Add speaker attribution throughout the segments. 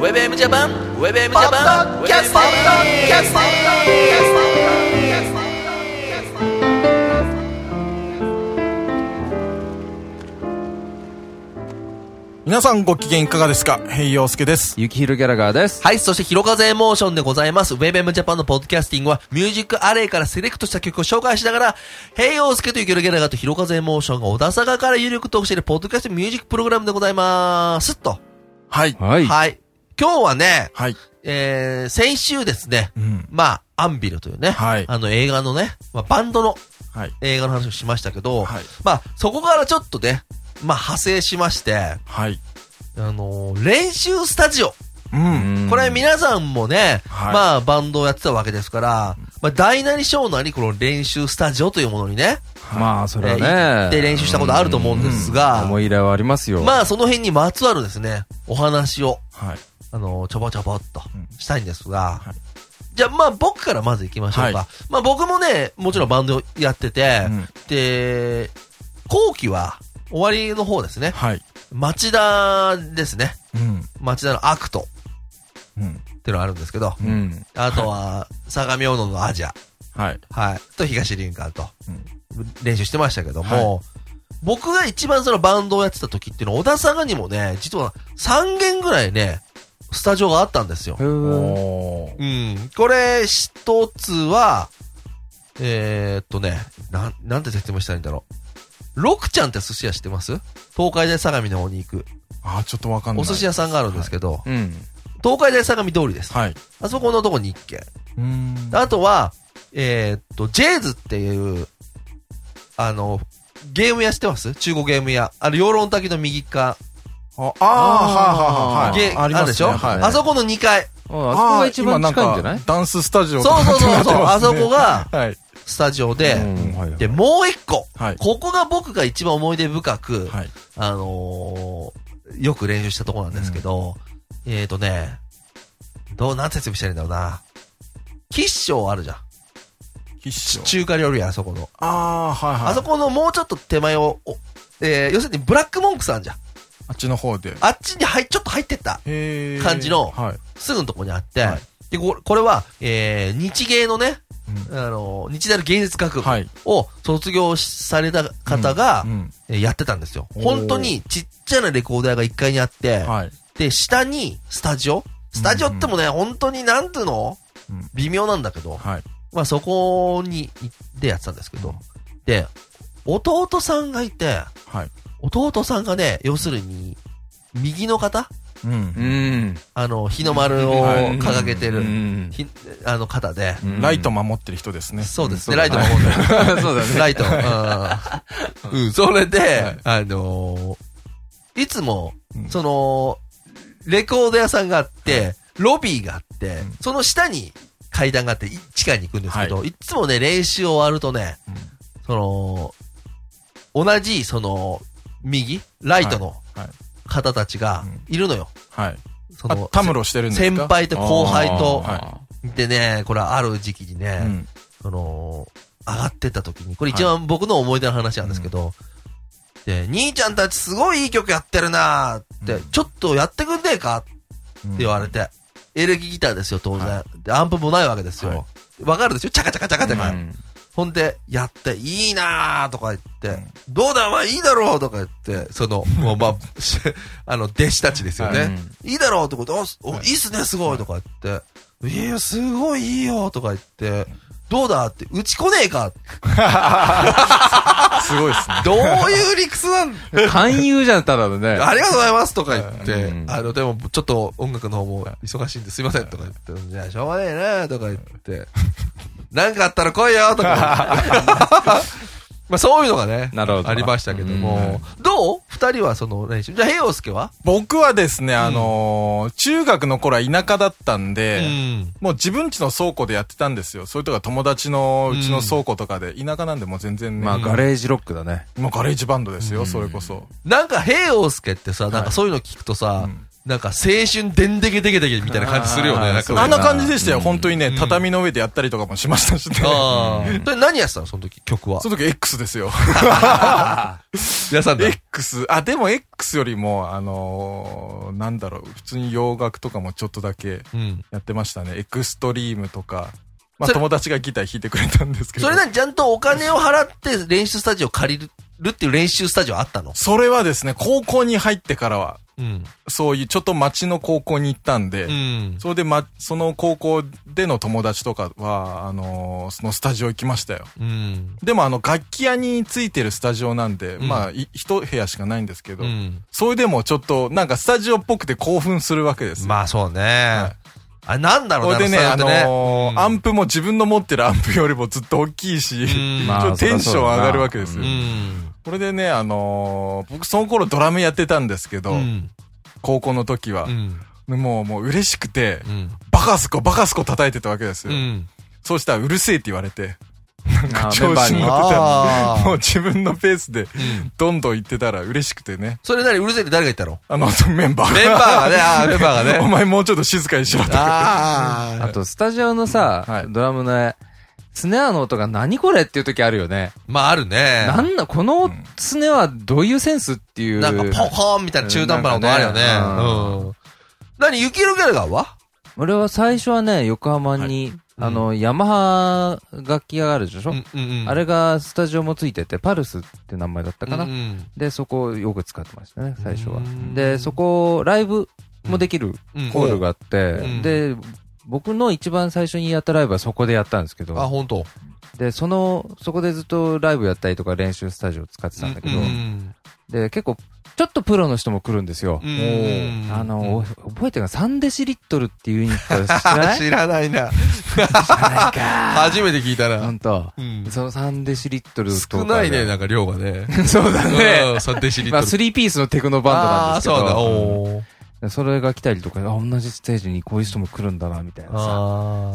Speaker 1: WebM ジャパン WebM ジャパン
Speaker 2: キャストキャストキャストキャストキャスト
Speaker 3: 皆さんご機嫌いかがですか平洋介です。
Speaker 4: ゆきひろギャラガーです。
Speaker 1: はい、そして、ひろかぜエモーションでございます。ウェブエムジャパンのポッドキャスティングは、ミュージックアレイからセレクトした曲を紹介しながら、平洋介というギャラギャラガーとひろかぜエモーションが小田坂から有力トークしているポッドキャストミュージックプログラムでございます。と。
Speaker 3: はい。
Speaker 4: は。
Speaker 1: はいい。今日はね、
Speaker 3: はい。
Speaker 1: えー、先週ですね、
Speaker 3: うん。
Speaker 1: まあ、アンビルというね、
Speaker 3: はい
Speaker 1: あの映画のね、まあ、バンドの
Speaker 3: はい。
Speaker 1: 映画の話をしましたけど、
Speaker 3: はい
Speaker 1: まあ、そこからちょっとね、まあ、派生しまして、
Speaker 3: はい。
Speaker 1: あのー練習スタジオ。
Speaker 3: う。
Speaker 4: うんん
Speaker 1: これ皆さんもね、
Speaker 3: はい
Speaker 1: まあバンドをやってたわけですから、まあ大なり小なりこの練習スタジオというものにね、
Speaker 4: まあ、そ
Speaker 1: え
Speaker 4: れは
Speaker 1: ー行っ
Speaker 4: ね。
Speaker 1: て練習したことあると思うんです
Speaker 4: うん
Speaker 1: が
Speaker 4: 思、い入れはありますよ。
Speaker 1: まあその辺にまつわるですね、お話を、
Speaker 3: はい。
Speaker 1: あの、ちょぼちょぼっと
Speaker 3: うん
Speaker 1: したいんですが
Speaker 3: はい、
Speaker 1: じゃあまあ僕からまず行きましょう
Speaker 3: は
Speaker 1: か。まあ僕もね、もちろんバンドやってて
Speaker 3: うん、
Speaker 1: で、後期は終わりの方ですね、
Speaker 3: はい。
Speaker 1: 町田ですね、
Speaker 3: うん。
Speaker 1: 町田のアクト
Speaker 3: う
Speaker 1: っ
Speaker 3: ん。
Speaker 1: ていうのがあるんですけど、
Speaker 4: うん。
Speaker 1: あとは、相模大野のアジア。
Speaker 3: はい。
Speaker 1: はい。と、東林間と
Speaker 3: うん、
Speaker 1: 練習してましたけども、僕が一番そのバンドをやってた時っていうのは、小田坂にもね、実は3軒ぐらいね、スタジオがあったんですよ
Speaker 4: へ。ー
Speaker 3: おー
Speaker 1: うん。これ、一つは、えー、っとね、なん、なんて説明したらいいんだろう。ロクちゃんって寿司屋知ってます東海大相模の方に行く。
Speaker 3: あー、ちょっとわかんない。
Speaker 1: お寿司屋さんがあるんですけど、
Speaker 4: うん。
Speaker 1: 東海大相模通りです。
Speaker 3: はい。
Speaker 1: あそこのとこに一軒。
Speaker 3: うーん
Speaker 1: あとは、えーっと、ジェイズっていう、あの、ゲーム屋知ってます中古ゲーム屋。あの、養論滝の右側。
Speaker 3: ああー、はあ、はあ、は
Speaker 1: ゲ
Speaker 3: い。
Speaker 1: あるでしょ、
Speaker 3: はい。
Speaker 1: あそこの2階。
Speaker 4: ああそこが一番近いんじゃない
Speaker 3: あー今んかダンススタジ
Speaker 1: そ
Speaker 3: オ
Speaker 1: うそうそうそう、あそこ
Speaker 3: が。
Speaker 1: が
Speaker 3: はい。
Speaker 1: スタジオで、
Speaker 4: うんはいはい
Speaker 1: で、もう一個、
Speaker 3: はい
Speaker 1: ここが僕が一番思い出深く、
Speaker 3: はい。
Speaker 1: あのーよく練習したとこなんですけど、えーっとね、どう、なんて説明したらいいんだろうな。吉祥あるじゃん。
Speaker 3: 必勝。
Speaker 1: 中華料理屋、あそこの。
Speaker 3: ああ、はいはい。
Speaker 1: あそこのもうちょっと手前を、おえー要するにブラックモンクさんじゃん。
Speaker 3: あっちの方で。
Speaker 1: あっちに入っちょっと入ってった。
Speaker 3: へー
Speaker 1: 感じの
Speaker 3: はい。
Speaker 1: すぐのとこにあって。
Speaker 3: はい
Speaker 1: でこ、これは、えー日芸のね、
Speaker 3: う
Speaker 1: あの、日大の芸術学部
Speaker 3: はい。
Speaker 1: を卒業された方が、
Speaker 3: うん
Speaker 1: えーやってたんですよ。
Speaker 3: おー
Speaker 1: 本当にちっちゃなレコーダーが1階にあって、
Speaker 3: はい。
Speaker 1: で、下にスタジオスタジオってもね、本当になんていうの
Speaker 3: うん
Speaker 1: 微妙なんだけど、
Speaker 3: はい。
Speaker 1: まあそこに行ってやってたんですけど、で、弟さんがいて、
Speaker 3: はい。
Speaker 1: 弟さんがね、要するに、右の方
Speaker 3: うん。
Speaker 4: ん。
Speaker 1: あの、日の丸を
Speaker 3: はい
Speaker 1: 掲げて
Speaker 4: う
Speaker 1: る、
Speaker 4: ん
Speaker 1: ひあの方で、
Speaker 4: うん
Speaker 3: ライト守ってる人ですね。
Speaker 1: そうですね、
Speaker 4: うん
Speaker 1: ライトの方で。
Speaker 4: そうだね。
Speaker 1: ライト。うんうん、それ
Speaker 3: はい
Speaker 1: で、あのー、いつも
Speaker 3: う、ん
Speaker 1: その、レコード屋さんがあって、ロビーがあって
Speaker 3: ん、
Speaker 1: その下に階段があって、い地下に行くんですけど、
Speaker 3: はい
Speaker 1: つもね、練習終わるとね
Speaker 3: うん、
Speaker 1: その、同じ、その、右、ライトの
Speaker 3: はいはい
Speaker 1: 方たちがいるのよ。
Speaker 3: はい。
Speaker 1: そ
Speaker 3: あ
Speaker 1: の、
Speaker 3: タムロしてるんです
Speaker 1: 先
Speaker 3: か
Speaker 1: 輩と後輩と
Speaker 3: あ、
Speaker 1: でね、これはある時期にね、
Speaker 3: うん。
Speaker 1: その、上がってった時に、これ一番僕の思い出の話なんですけど、で、兄ちゃんたちすごいいい曲やってるなーって、
Speaker 3: うん
Speaker 1: ちょっとやってくんねえかって言われて、エレキギターですよ、当然。
Speaker 3: は
Speaker 1: で、アンプもないわけですよ。
Speaker 3: は
Speaker 1: わ
Speaker 3: い、
Speaker 1: かるでしょチャカチャカチャカチャカ。
Speaker 4: うん
Speaker 1: ほんで、やって、いいなーとか言って、
Speaker 3: うん
Speaker 1: どうだお前いいだろうとか言って、 その、もうまあ、しあの、弟子たちですよね。
Speaker 4: はい
Speaker 1: いいだろうとか言って、あすお、
Speaker 3: はい
Speaker 1: いいっすね、すごいとか言って、いや、すごいいいよとか言って、どうだって、打ちこねえか
Speaker 3: うんすごい ですね。
Speaker 1: どういう理屈なん
Speaker 4: 勧誘じゃん、ただのね。
Speaker 1: ありがとうございますとか言って、
Speaker 4: うん
Speaker 1: あの、でも、ちょっと音楽の方も忙しいんですいませんとか言って、じゃあ、しょうがねえなとか言って、 なんかあったら来いよとか言って。 まあ、そういうのがね、
Speaker 4: なるほど
Speaker 1: ありましたけども、どう二人はその練習。じゃあ、平洋介は
Speaker 3: 僕はですね、あのー、中学の頃は田舎だったん
Speaker 1: う
Speaker 3: で、
Speaker 1: ん。
Speaker 3: もう自分家の倉庫でやってたんですよ。それとか友達のうちの倉庫とかで、田舎なんでもう全然ね、
Speaker 4: まあ、ガレージロックだね。
Speaker 3: もうガレージバンドです
Speaker 4: う
Speaker 3: よ、
Speaker 4: ん
Speaker 3: それこそ。
Speaker 1: なんか、平洋介ってさ、なんかそういうの聞くとさ、
Speaker 3: うん
Speaker 1: なんか青春でんでけでけでけみたいな感じするよね。
Speaker 4: あー
Speaker 1: なん
Speaker 4: そうだ
Speaker 1: か
Speaker 3: あん
Speaker 4: な
Speaker 3: な感じでしたよ、本当にね、畳の上でやったりとかもしましたしね。
Speaker 1: あーで何やってたのその時、曲は
Speaker 3: そ。の時 X ですよ。
Speaker 1: 皆さんで。
Speaker 3: X、あ、でも X よりも、あのーなんだろう、普通に洋楽とかもちょっとだけ
Speaker 1: うん。
Speaker 3: やってましたね。エクストリームとか。ま
Speaker 1: それ
Speaker 3: あ友達がギター弾いてくれたんですけど。
Speaker 1: それなりにちゃんとお金を払って練習スタジオ借りるっていう練習スタジオあったの
Speaker 3: それはですね、高校に入ってからは、
Speaker 1: うん。
Speaker 3: そういうちょっと町の高校に行ったんで、
Speaker 1: うん。
Speaker 3: それでま、その高校での友達とかは、あのーそのスタジオ行きましたよ。
Speaker 1: うん。
Speaker 3: でもあの、楽器屋についてるスタジオなんで、
Speaker 1: うん
Speaker 3: まあ、い一部屋しかないんですけど、
Speaker 1: うん。
Speaker 3: それでもちょっと、なんかスタジオっぽくて興奮するわけですよ。
Speaker 1: まあそうね。
Speaker 3: い
Speaker 1: あれなんだろ
Speaker 3: そうれ
Speaker 1: な
Speaker 3: でね、あのー
Speaker 1: うん
Speaker 3: アンプも自分の持ってるアンプよりもずっと大きいし、
Speaker 1: ん
Speaker 3: ちょっとテンション上がるわけです
Speaker 1: う
Speaker 3: よ。
Speaker 1: ん。
Speaker 3: これでね、あのー僕その頃ドラムやってたんですけど、
Speaker 1: うん。
Speaker 3: 高校の時
Speaker 1: う、
Speaker 3: は
Speaker 1: ん。
Speaker 3: もう、もう嬉しくて、
Speaker 1: うん。
Speaker 3: バカスコ、バカスコ叩いてたわけです
Speaker 1: う
Speaker 3: よ。
Speaker 1: ん。
Speaker 3: そうしたらうるせえって言われて、
Speaker 4: あーメン
Speaker 3: 調
Speaker 4: バ
Speaker 3: 子
Speaker 4: ー
Speaker 3: に
Speaker 4: に。
Speaker 3: 乗ってた
Speaker 1: あー
Speaker 3: んで、 もう自分のペースで、どんどん言ってたら嬉しくてね、
Speaker 1: それなりにうるせえって誰が言ったの
Speaker 3: あの、メンバーが。
Speaker 1: メンバーがね、ああ、メンバーが
Speaker 3: お
Speaker 1: ね。
Speaker 3: 前もうちょっと静かにしろとか。
Speaker 1: あ
Speaker 4: あと、スタジオのさ、
Speaker 3: はい
Speaker 4: ドラムの、スネアの音が何これっていう時あるよね。
Speaker 1: まああるね。
Speaker 4: なんだ、このスネアはどういうセンスっていう。
Speaker 1: なんかポコーンみたいな中途半端な音
Speaker 4: な
Speaker 1: ある
Speaker 4: んか
Speaker 1: よね。うん。何、雪色ギャルガーは
Speaker 4: 俺は最初はね、横浜に、あの、ヤマハ楽器屋があるでしょ、
Speaker 1: うんうんうん
Speaker 4: あれがスタジオもついてて、パルスって名前だったかな、
Speaker 1: うんうん
Speaker 4: で、そこをよく使ってましたね、最初は
Speaker 1: う。ん
Speaker 4: で、そこ、ライブもできる
Speaker 1: うん
Speaker 4: ホールがあって、
Speaker 1: うん
Speaker 4: で、僕の一番最初にやったライブはそこでやったんですけ
Speaker 1: あ、
Speaker 4: ど、
Speaker 1: 本当。
Speaker 4: で、その、そこでずっとライブやったりとか練習スタジオ使ってたんだけど、
Speaker 1: うん
Speaker 4: で、結構、ちょっとプロの人も来るんですよ。
Speaker 1: うんうん
Speaker 4: あの、お覚えてるかな ?3 デシリットルっていうユニット知らな
Speaker 1: あ
Speaker 4: い
Speaker 1: 知らないな。 初めて聞いた
Speaker 4: ほ
Speaker 1: な。
Speaker 4: んと。
Speaker 1: うん
Speaker 4: その3デシリットルとかで
Speaker 1: 少ないね、なんか量がね。
Speaker 4: そうだ
Speaker 1: う
Speaker 4: ね
Speaker 1: ん。さて知り
Speaker 4: まあ、3ピースのテクノバンドなんですけど。
Speaker 1: あーそうだ、おー
Speaker 4: でそれが来たりとか、あ、同じステージにこういう人も来るんだな、みたいなさ。
Speaker 1: あ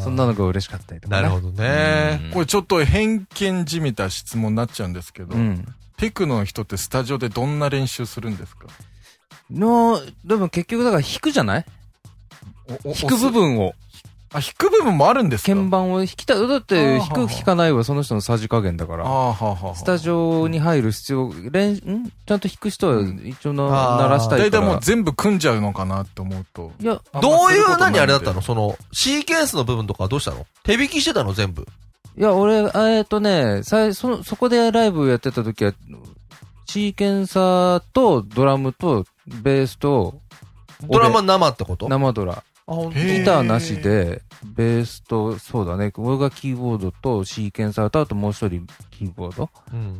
Speaker 1: ー
Speaker 4: そんなのが嬉しかったりとか、
Speaker 1: な
Speaker 4: ね。
Speaker 1: るほどね。
Speaker 3: これちょっと偏見じみた質問になっちゃうんですけど、
Speaker 4: うん。
Speaker 3: テクノの人ってスタジオでどんな練習するんですか
Speaker 4: の、でも結局だから弾くじゃない弾く部分を。
Speaker 3: あ、弾く部分もあるんですか
Speaker 4: 鍵盤を弾きたい。だって、
Speaker 3: あー
Speaker 4: 弾
Speaker 3: は
Speaker 4: く
Speaker 3: は
Speaker 4: 弾かないはその人のさじ加減だか
Speaker 3: あ
Speaker 4: ら。
Speaker 3: あ、はあはあはあ。
Speaker 4: スタジオに入る必要、練んちゃんと弾く人は一応な、
Speaker 1: あー
Speaker 4: 鳴らした
Speaker 3: 大
Speaker 4: いか
Speaker 3: 体
Speaker 4: ら。
Speaker 3: もう全部組んじゃうのかなって思うと。
Speaker 4: いや、
Speaker 3: あんま
Speaker 1: どう
Speaker 3: す
Speaker 1: い
Speaker 3: るこ
Speaker 1: う、
Speaker 3: とない
Speaker 1: 何
Speaker 3: んで
Speaker 1: あれだったのその、シーケンスの部分とかはどうしたの手引きしてたの全部。
Speaker 4: いや、俺、えーっとね、さいその、そこでライブやってた時は、シーケンサーとドラムとベースと
Speaker 1: ドラマ生ってことあ、
Speaker 4: 生ドラ。
Speaker 1: 本
Speaker 3: へー
Speaker 4: ギターなしで、ベースと、そうだね、俺がキーボードとシーケンサーと、あともう一人キーボード
Speaker 1: 当うん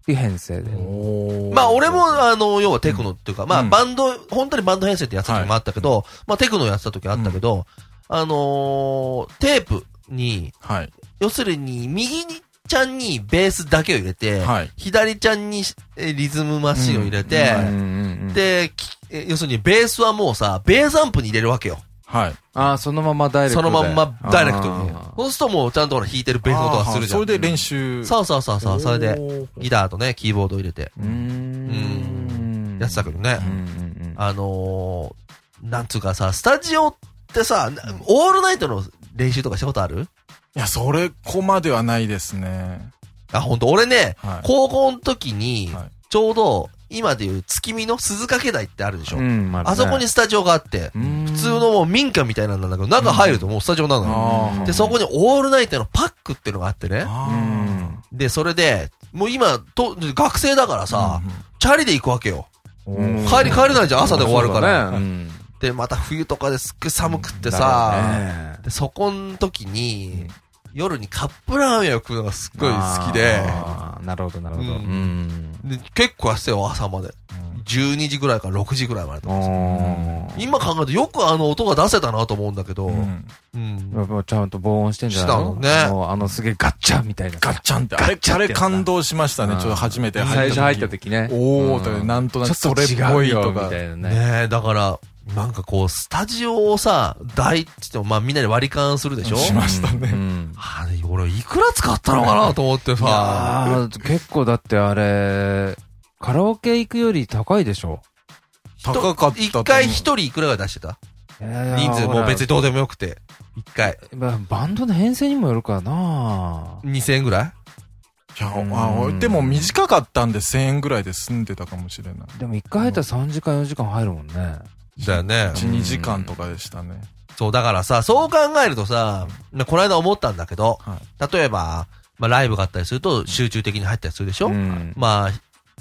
Speaker 4: っていう編成で。
Speaker 3: おー
Speaker 1: まあ俺も、あの、要はテクノっていうか、まあ
Speaker 3: うん
Speaker 1: バンド、本当にバンド編成ってやつ時もあったけど、まあテクノやってた時あったけど、あのー、テープに、
Speaker 3: はい。
Speaker 1: 要するに、右にちゃんにベースだけを入れて、
Speaker 3: はい。
Speaker 1: 左ちゃんにえリズムマシンを入れて、
Speaker 4: うんうんうん
Speaker 1: で、きえ要するにベースはもうさ、ベースアンプに入れるわけよ。
Speaker 3: はい。
Speaker 4: ああ、そのままダイレク
Speaker 1: そ
Speaker 4: トで。
Speaker 1: のまんまダイレクトに
Speaker 4: あ。ー
Speaker 1: そうするともうちゃんとほら弾いてるベースの音がするじゃ
Speaker 3: あーそ
Speaker 1: ん。
Speaker 3: れで練習。
Speaker 1: そうそうそうそう、それで
Speaker 3: おー
Speaker 1: ギターとね、キーボードを入れて
Speaker 4: うーん。
Speaker 1: やってたけどね。
Speaker 4: うんうんうん。
Speaker 1: あのー、なんつうかさ、スタジオってさ、なオールナイトの練習とかしたことある
Speaker 3: いや、それこまではないですね。
Speaker 1: あ、ほんと、俺ね、
Speaker 3: はい
Speaker 1: 高校の時に
Speaker 3: はい、
Speaker 1: ちょうど、今でいう月見の鈴掛台ってあるでしょ、
Speaker 4: うん、
Speaker 1: あそこにスタジオがあって、
Speaker 4: 普
Speaker 1: 普通のもう民家みたいなんだけど、中入るともうスタジオなのよ。
Speaker 3: ああ。
Speaker 1: で、そこにオールナイトのパックっていうのがあってね。
Speaker 4: う
Speaker 3: あ
Speaker 4: ん。
Speaker 1: で、それで、もう今、と、学生だからさ、チャリで行くわけよ。
Speaker 3: ー
Speaker 4: うん
Speaker 3: おー
Speaker 1: 帰り帰れないじゃん、朝で終わるから。
Speaker 4: そうだねうん
Speaker 1: で、また冬とかですっごい寒くって
Speaker 4: だ
Speaker 1: さ、
Speaker 4: からね
Speaker 1: で、そこの時に、夜にカップラーメンを食うのがすっごい好きで、
Speaker 4: あーなるほど、なるほど。
Speaker 1: う
Speaker 4: うんん。
Speaker 1: で結構やってたよ、朝まで。12時ぐらいから6時ぐらいまでとかさ。
Speaker 4: お
Speaker 1: 今考えるとよくあの音が出せたなと思うんだけど、
Speaker 3: う
Speaker 1: うんん。
Speaker 4: もうちゃんと防音してんじゃないの
Speaker 1: したのね
Speaker 4: もうあのすげえガッチャンみたいな。
Speaker 3: ガッチャンって。あれ、あれ感動しましたね
Speaker 4: う。ん
Speaker 3: ちょっと初めて
Speaker 4: 最
Speaker 3: 入った時。
Speaker 4: 初入った時ね。
Speaker 3: おー、
Speaker 4: うん
Speaker 3: となんとなく
Speaker 4: ちょ
Speaker 3: そ
Speaker 4: っと
Speaker 3: れっぽい
Speaker 4: 違うよ
Speaker 3: と
Speaker 4: み
Speaker 3: か。
Speaker 4: たいなね。
Speaker 1: ねえ、だから、なんかこう、スタジオをさ、大って言っても、まあみんなで割り勘するでしょ
Speaker 3: しました
Speaker 4: う
Speaker 3: ね。
Speaker 4: ん。
Speaker 1: あれ、俺いくら使ったのかなと思ってさ、
Speaker 4: ああ、結構だってあれ、カラオケ行くより高いでしょ。
Speaker 3: 高かったと思う
Speaker 1: 一回一人いくらが出してた人数もう別に
Speaker 4: に。
Speaker 1: どうでもよくて。一回。
Speaker 4: まあバンドの編成にもよるからな
Speaker 1: 2000円ぐらい
Speaker 3: いや、
Speaker 4: うん
Speaker 3: あおでも短かったんで1000円ぐらいで済んでたかもしれない。
Speaker 4: でも一回入ったら3時間4時間入るもんね。
Speaker 1: だよね。
Speaker 3: 1、2時間とかでしたね。
Speaker 1: そう、だからさ、そう考えるとさ、まあこの間思ったんだけど、
Speaker 3: は
Speaker 1: 例えば、まあライブがあったりすると集中的に入ったりするでしょ、
Speaker 4: うん
Speaker 1: まあ、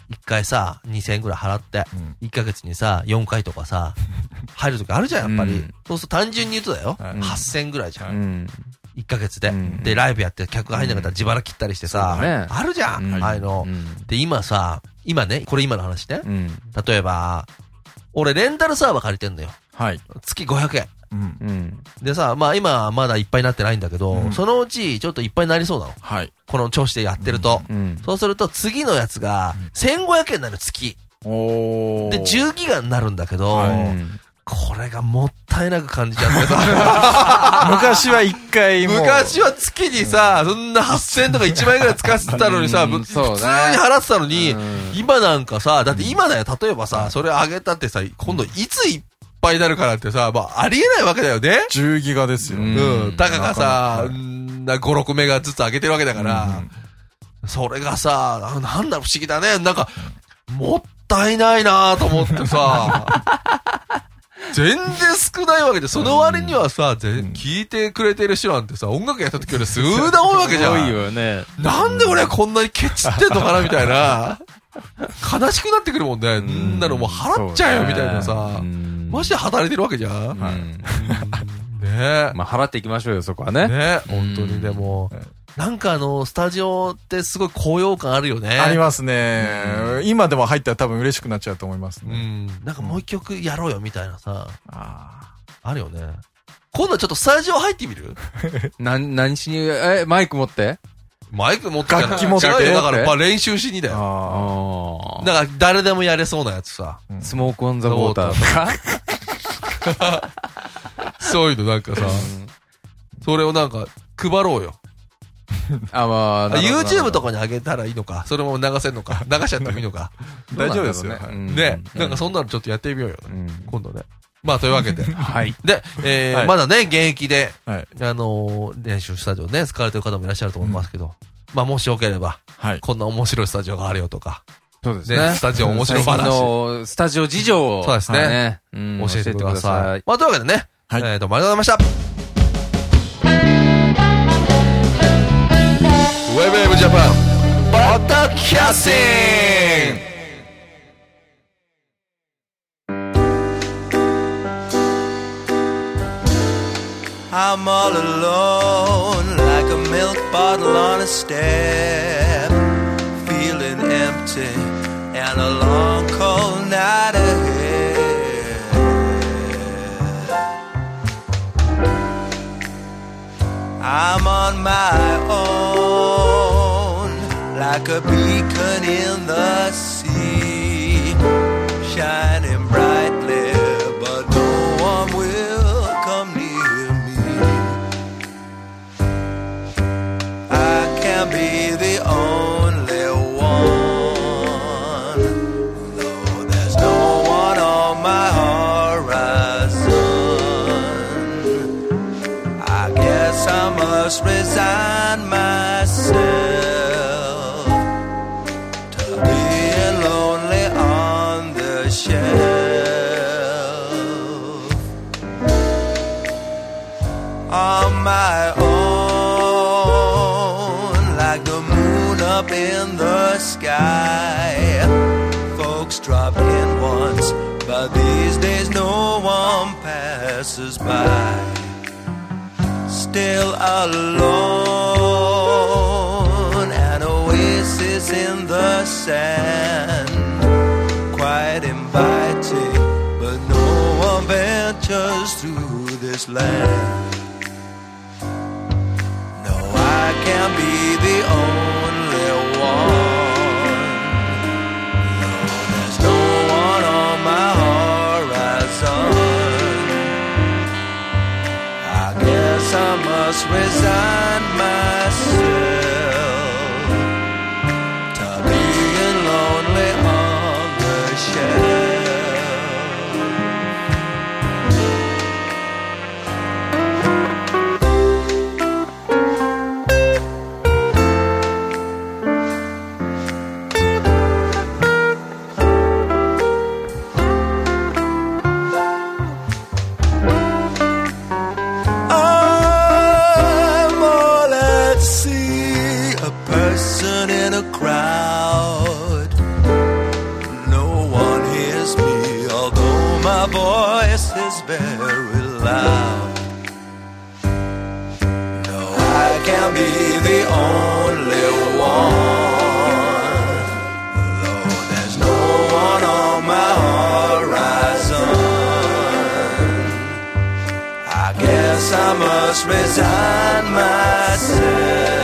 Speaker 1: 一回さ、2000円ぐらい払って、
Speaker 3: うん
Speaker 1: 一ヶ月にさ、4回とかさ、入るときあるじゃん、やっぱり。
Speaker 4: うん
Speaker 1: そうすると単純に言うとだよ。
Speaker 3: はい
Speaker 1: 8000円ぐらいじゃ
Speaker 3: は
Speaker 1: ん
Speaker 3: い。
Speaker 4: うん。
Speaker 1: 一ヶ月で、
Speaker 4: ん
Speaker 1: で、ライブやって客が入んなかったら自腹切ったりしてさ、
Speaker 4: そうだね
Speaker 1: あるじゃん、
Speaker 4: うん
Speaker 1: ああいうの、
Speaker 4: うん
Speaker 1: で、今さ、今ね、これ今の話ね。
Speaker 4: うん。
Speaker 1: 例えば、俺レンタルサーバー借りてんのよ。
Speaker 3: はい。
Speaker 1: 月500円。
Speaker 3: うん。
Speaker 4: うん。
Speaker 1: でさ、まあ今まだいっぱいになってないんだけど、
Speaker 3: うん
Speaker 1: そのうちちょっといっぱいになりそうなの。
Speaker 3: はい。
Speaker 1: この調子でやってると。
Speaker 4: うん。
Speaker 1: そうすると次のやつが1500円になる月。
Speaker 3: おー。
Speaker 1: で、10ギガになるんだけど、
Speaker 3: は
Speaker 4: う
Speaker 3: い
Speaker 4: ん
Speaker 1: これがもったいなく感じちゃって さ、
Speaker 3: 昔は1回もう。
Speaker 1: 昔は月にさ、そんな8000円とか1万円ぐらい使ってたのにさ、
Speaker 4: うん
Speaker 1: ぶ普通
Speaker 4: そう
Speaker 1: に
Speaker 4: ね
Speaker 1: 払ってたのに
Speaker 4: うん、
Speaker 1: 今なんかさ、だって今だよ、例えばさ、それ上げたってさ、今度いついっぱいになるからってさ、まあありえないわけだよね。
Speaker 3: 10ギガですよ。
Speaker 4: うん
Speaker 1: うん。たかがさ、
Speaker 3: なかなか
Speaker 1: うんな5、6メガずつ上げてるわけだから、それがさ、あなんだ不思議だね。なんか、もったいないなと思ってさ、全然少ないわけで、その割にはさ、ぜ
Speaker 3: ん
Speaker 1: 聞いてくれてる人なんてさ、音楽やった時より数段多いわけじゃ
Speaker 4: 多い
Speaker 1: ん。
Speaker 4: よね。
Speaker 1: なんで俺はこんなにケチってんのかなみたいな。悲しくなってくるもんね。んなのもう払っちゃえよみたいなさ。マジで働いてるわけじゃん。
Speaker 4: はい
Speaker 1: ねえ。
Speaker 4: まあ、払っていきましょうよ、そこはね。
Speaker 1: ね、
Speaker 4: うん
Speaker 1: 本当にでも
Speaker 3: はい、
Speaker 1: なんかあの、スタジオってすごい高揚感あるよね。
Speaker 3: ありますね。今でも入ったら多分嬉しくなっちゃうと思います
Speaker 1: う
Speaker 3: ね。
Speaker 1: ん。なんかもう一曲やろうよみたいなさ、
Speaker 3: あ
Speaker 1: あるよね。今度ちょっとスタジオ入ってみる
Speaker 4: な、何しに、え、マイク持って
Speaker 1: マイク持ってたら
Speaker 3: 楽器持って
Speaker 1: 違うよだから、まあ練習しにだ
Speaker 3: ー
Speaker 1: よ。
Speaker 3: あ
Speaker 4: あ
Speaker 1: だから誰でもやれそうなやつさ。
Speaker 3: ー。
Speaker 4: スモークオンザウォーターとか
Speaker 1: そういうのなんかさ、それをなんか配ろうよ。
Speaker 4: あ、まあ、
Speaker 1: あ YouTube と
Speaker 4: か
Speaker 1: かに上げたらいいのか、それも流せんのか、流しちゃってもいいの か。
Speaker 3: 大丈夫ですよ。はい
Speaker 1: ね、なんかそんなのちょっとやってみようよ。今度ね。まあというわけ で。
Speaker 4: はい。
Speaker 1: で、えー
Speaker 3: はい
Speaker 1: まだね、現役で、
Speaker 3: はい。
Speaker 1: あのー練習スタジオね、使われてる方もいらっしゃると思いますけど、まあ、もしよければ、
Speaker 3: はい。
Speaker 1: こんな面白いスタジオがあるよとか、
Speaker 4: そうです
Speaker 1: ね
Speaker 4: ね。
Speaker 1: スタジオ面白い話
Speaker 4: 最近のスタジオ事情を。
Speaker 1: そうですね
Speaker 4: うん
Speaker 1: 教えてください。
Speaker 4: 教
Speaker 1: まあ、というわけでね、
Speaker 3: はい
Speaker 1: えーどうもありがとうございました。ウェブウェブジャパン、バタキャッシング
Speaker 5: on my own, like the moon up in the sky. Folks drop in once, but these days no one passes by. Still alone, an oasis in the sand quite inviting, but no one ventures through this land. No, I can't be the only one. No, there's no one on my horizon. I guess I must resign myself to being lonely on the shelf. very loud. No, I can't be the only one. Though there's no one on my horizon. I guess I must resign myself.